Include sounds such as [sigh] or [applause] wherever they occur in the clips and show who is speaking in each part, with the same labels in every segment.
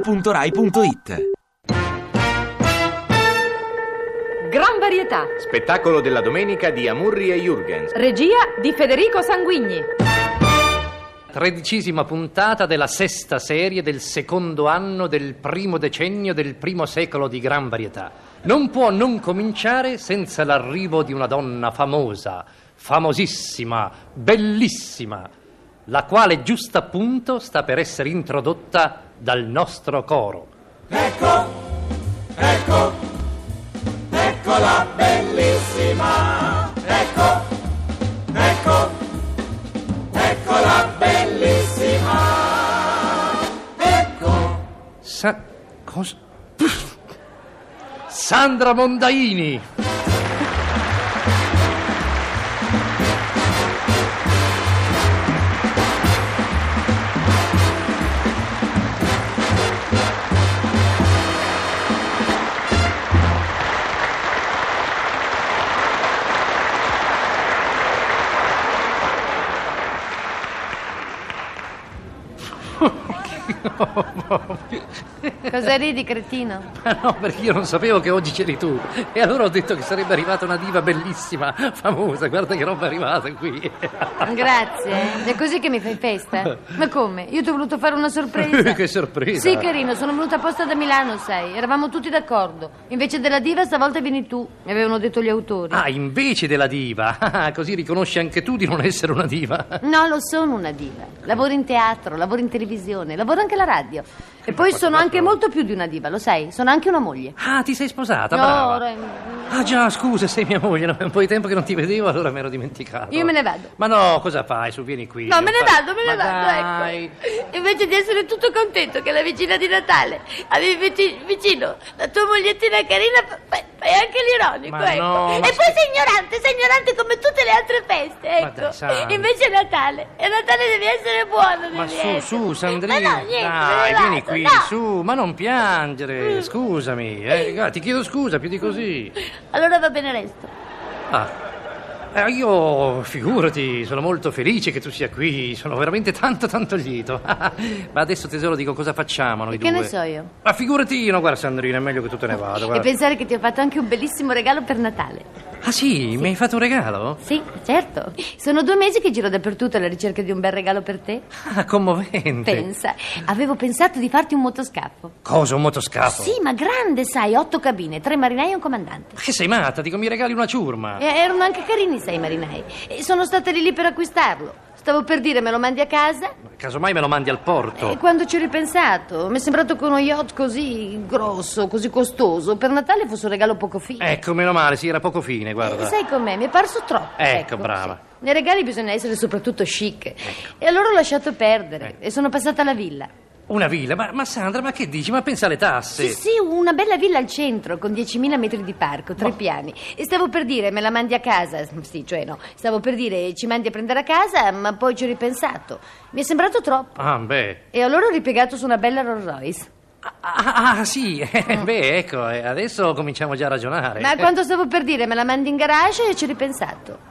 Speaker 1: radio2pod.rai.it
Speaker 2: Gran varietà.
Speaker 3: Spettacolo della domenica di Amurri e Jurgens.
Speaker 2: Regia di Federico Sanguigni.
Speaker 4: Tredicesima puntata della sesta serie del secondo anno del primo decennio del primo secolo di gran varietà. Non può non cominciare senza l'arrivo di una donna famosa, famosissima, bellissima, la quale giusto appunto sta per essere introdotta dal nostro coro.
Speaker 5: Ecco, ecco, eccola Ecco bellissima. Ecco, ecco, eccola bellissima. Ecco.
Speaker 4: Sa... cos- [laughs] Sandra Mondaini!
Speaker 6: Cosa ridi, cretino?
Speaker 4: Ma Ah, no, perché io non sapevo che oggi c'eri tu. E allora ho detto che sarebbe arrivata una diva bellissima, famosa. Guarda che roba è arrivata qui.
Speaker 6: Grazie. È così che mi fai festa? Ma come? Io ti ho voluto fare una sorpresa.
Speaker 4: [laughs] che sorpresa.
Speaker 6: Sì, carino, sono venuta apposta da Milano, sai. Eravamo tutti d'accordo. Invece della diva stavolta vieni tu, mi avevano detto gli autori.
Speaker 4: Ah, invece della diva. [laughs] Ah, così riconosci anche tu di non essere una diva.
Speaker 6: No, lo sono una diva. Lavoro in teatro, lavoro in televisione, lavoro anche alla radio. E poi sono anche molto più di una diva, lo sai? Sono anche una moglie.
Speaker 4: Ah, ti sei sposata,
Speaker 6: No,
Speaker 4: brava.
Speaker 6: ora-
Speaker 4: Ah già, scusa, sei mia moglie, no? è un po' di tempo che non ti vedevo, allora mi ero dimenticato.
Speaker 6: Io me ne vado.
Speaker 4: Ma no, cosa fai? Su, vieni qui.
Speaker 6: No, me ne
Speaker 4: Fai-
Speaker 6: vado, me ne
Speaker 4: Ma
Speaker 6: vado,
Speaker 4: dai.
Speaker 6: ecco. Invece di essere tutto contento che la vicina di Natale avevi vici- vicino la tua mogliettina carina, fa- fai fai anche l'ironico,
Speaker 4: Ma
Speaker 6: ecco.
Speaker 4: no, ma
Speaker 6: e poi sei ignorante, sei ignorante come tutte le altre feste,
Speaker 4: Ma
Speaker 6: ecco.
Speaker 4: dai, Sandra.
Speaker 6: Invece è Natale, e Natale devi essere buono,
Speaker 4: Ma
Speaker 6: devi
Speaker 4: su,
Speaker 6: essere.
Speaker 4: su, Sandrina.
Speaker 6: Ma no, niente, Mm. me
Speaker 4: dai,
Speaker 6: ne vado,
Speaker 4: vieni qui,
Speaker 6: no.
Speaker 4: su, ma non piangere. Scusami, eh, guarda, ti chiedo scusa più di così.
Speaker 6: Allora va bene, resto.
Speaker 4: Ah. eh, io, figurati, sono molto felice che tu sia qui, sono veramente tanto tanto lieto. [laughs] Ma adesso tesoro dico cosa facciamo noi
Speaker 6: E
Speaker 4: due.
Speaker 6: che ne so io?
Speaker 4: Ma figurati, no, guarda Sandrina, è meglio che tu te ne vada.
Speaker 6: E
Speaker 4: guarda.
Speaker 6: pensare che ti ho fatto anche un bellissimo regalo per Natale.
Speaker 4: Ah sì, mi hai fatto un regalo?
Speaker 6: Sì, certo. Sono due mesi che giro dappertutto alla ricerca di un bel regalo per te.
Speaker 4: Ah, commovente.
Speaker 6: Pensa, avevo pensato di farti un motoscafo.
Speaker 4: Cosa, un motoscafo?
Speaker 6: Sì, ma grande, sai, otto cabine, tre marinai e un comandante.
Speaker 4: Ma che sei matta? Dico, mi regali una ciurma.
Speaker 6: E erano anche carini, sai, i marinai. E sono stata lì lì per acquistarlo. Stavo per dire me lo mandi a casa.
Speaker 4: Casomai me lo mandi al porto.
Speaker 6: E quando ci ho ripensato, mi è sembrato che uno yacht così grosso, così costoso, per Natale fosse un regalo poco fine.
Speaker 4: Ecco, meno male, sì, era poco fine,
Speaker 6: E
Speaker 4: guarda.
Speaker 6: sai com'è? Mi è parso troppo.
Speaker 4: Ecco, brava. Ecco.
Speaker 6: sì. Nei regali bisogna essere soprattutto chic. E allora ho lasciato perdere e sono passata alla villa.
Speaker 4: Una villa, ma, ma Sandra, ma che dici? Ma pensa alle tasse.
Speaker 6: Sì, sì, una bella villa al centro con 10.000 metri di parco, tre piani. E stavo per dire, me la mandi a casa. Sì, cioè no, stavo per dire, ci mandi a prendere a casa, ma poi ci ho ripensato. Mi è sembrato troppo.
Speaker 4: Ah, beh.
Speaker 6: E allora ho ripiegato su una bella Rolls Royce.
Speaker 4: Ah, ah, ah, sì, [laughs] eh, beh, ecco, eh, adesso cominciamo già a ragionare. Eh,
Speaker 6: Ma quando stavo per dire, me la mandi in garage, ci ho ripensato.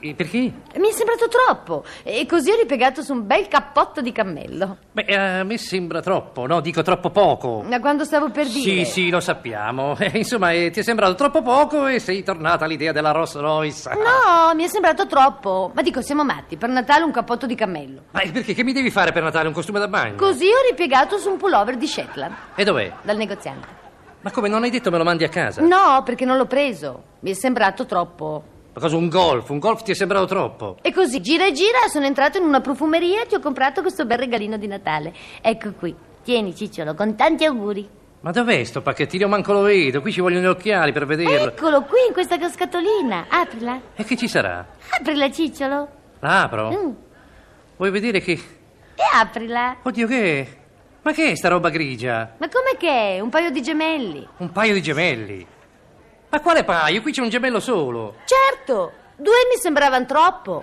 Speaker 4: Eh, Perché?
Speaker 6: Mi è sembrato troppo. E così ho ripiegato su un bel cappotto di cammello.
Speaker 4: Beh, eh, a me sembra troppo, no, dico troppo poco.
Speaker 6: Ma quando stavo per
Speaker 4: Sì,
Speaker 6: Mm, dire.
Speaker 4: sì, lo sappiamo. [laughs] Eh, Insomma, eh, ti è sembrato troppo poco e sei tornata all'idea della Rolls Royce.
Speaker 6: No, mi è sembrato troppo. Ma dico, siamo matti. Per Natale un cappotto di cammello.
Speaker 4: Ma eh, perché? Che mi devi fare per Natale? Un costume da bagno?
Speaker 6: Così ho ripiegato su un pullover di Shetland,
Speaker 4: E dov'è?
Speaker 6: dal negoziante.
Speaker 4: Ma come non hai detto me lo mandi a casa?
Speaker 6: No, perché non l'ho preso. Mi è sembrato troppo.
Speaker 4: Ma cosa un golf? Un golf ti è sembrato troppo.
Speaker 6: E così, gira e gira, sono entrato in una profumeria e ti ho comprato questo bel regalino di Natale. Ecco qui. Tieni, Cicciolo, con tanti auguri.
Speaker 4: Ma dov'è sto pacchettino? Manco lo vedo. Qui ci vogliono gli occhiali per vederlo.
Speaker 6: Eccolo qui, in questa scatolina. Aprila.
Speaker 4: E che ci sarà?
Speaker 6: Aprila, Cicciolo.
Speaker 4: La apro?
Speaker 6: Mm.
Speaker 4: Vuoi vedere che.
Speaker 6: E aprila.
Speaker 4: Oddio, che. è? Ma che è sta roba grigia?
Speaker 6: Ma com'è che è? Un paio di gemelli.
Speaker 4: Un paio di gemelli. Ma quale paio? Qui c'è un gemello solo.
Speaker 6: Certo, due mi sembravano troppo.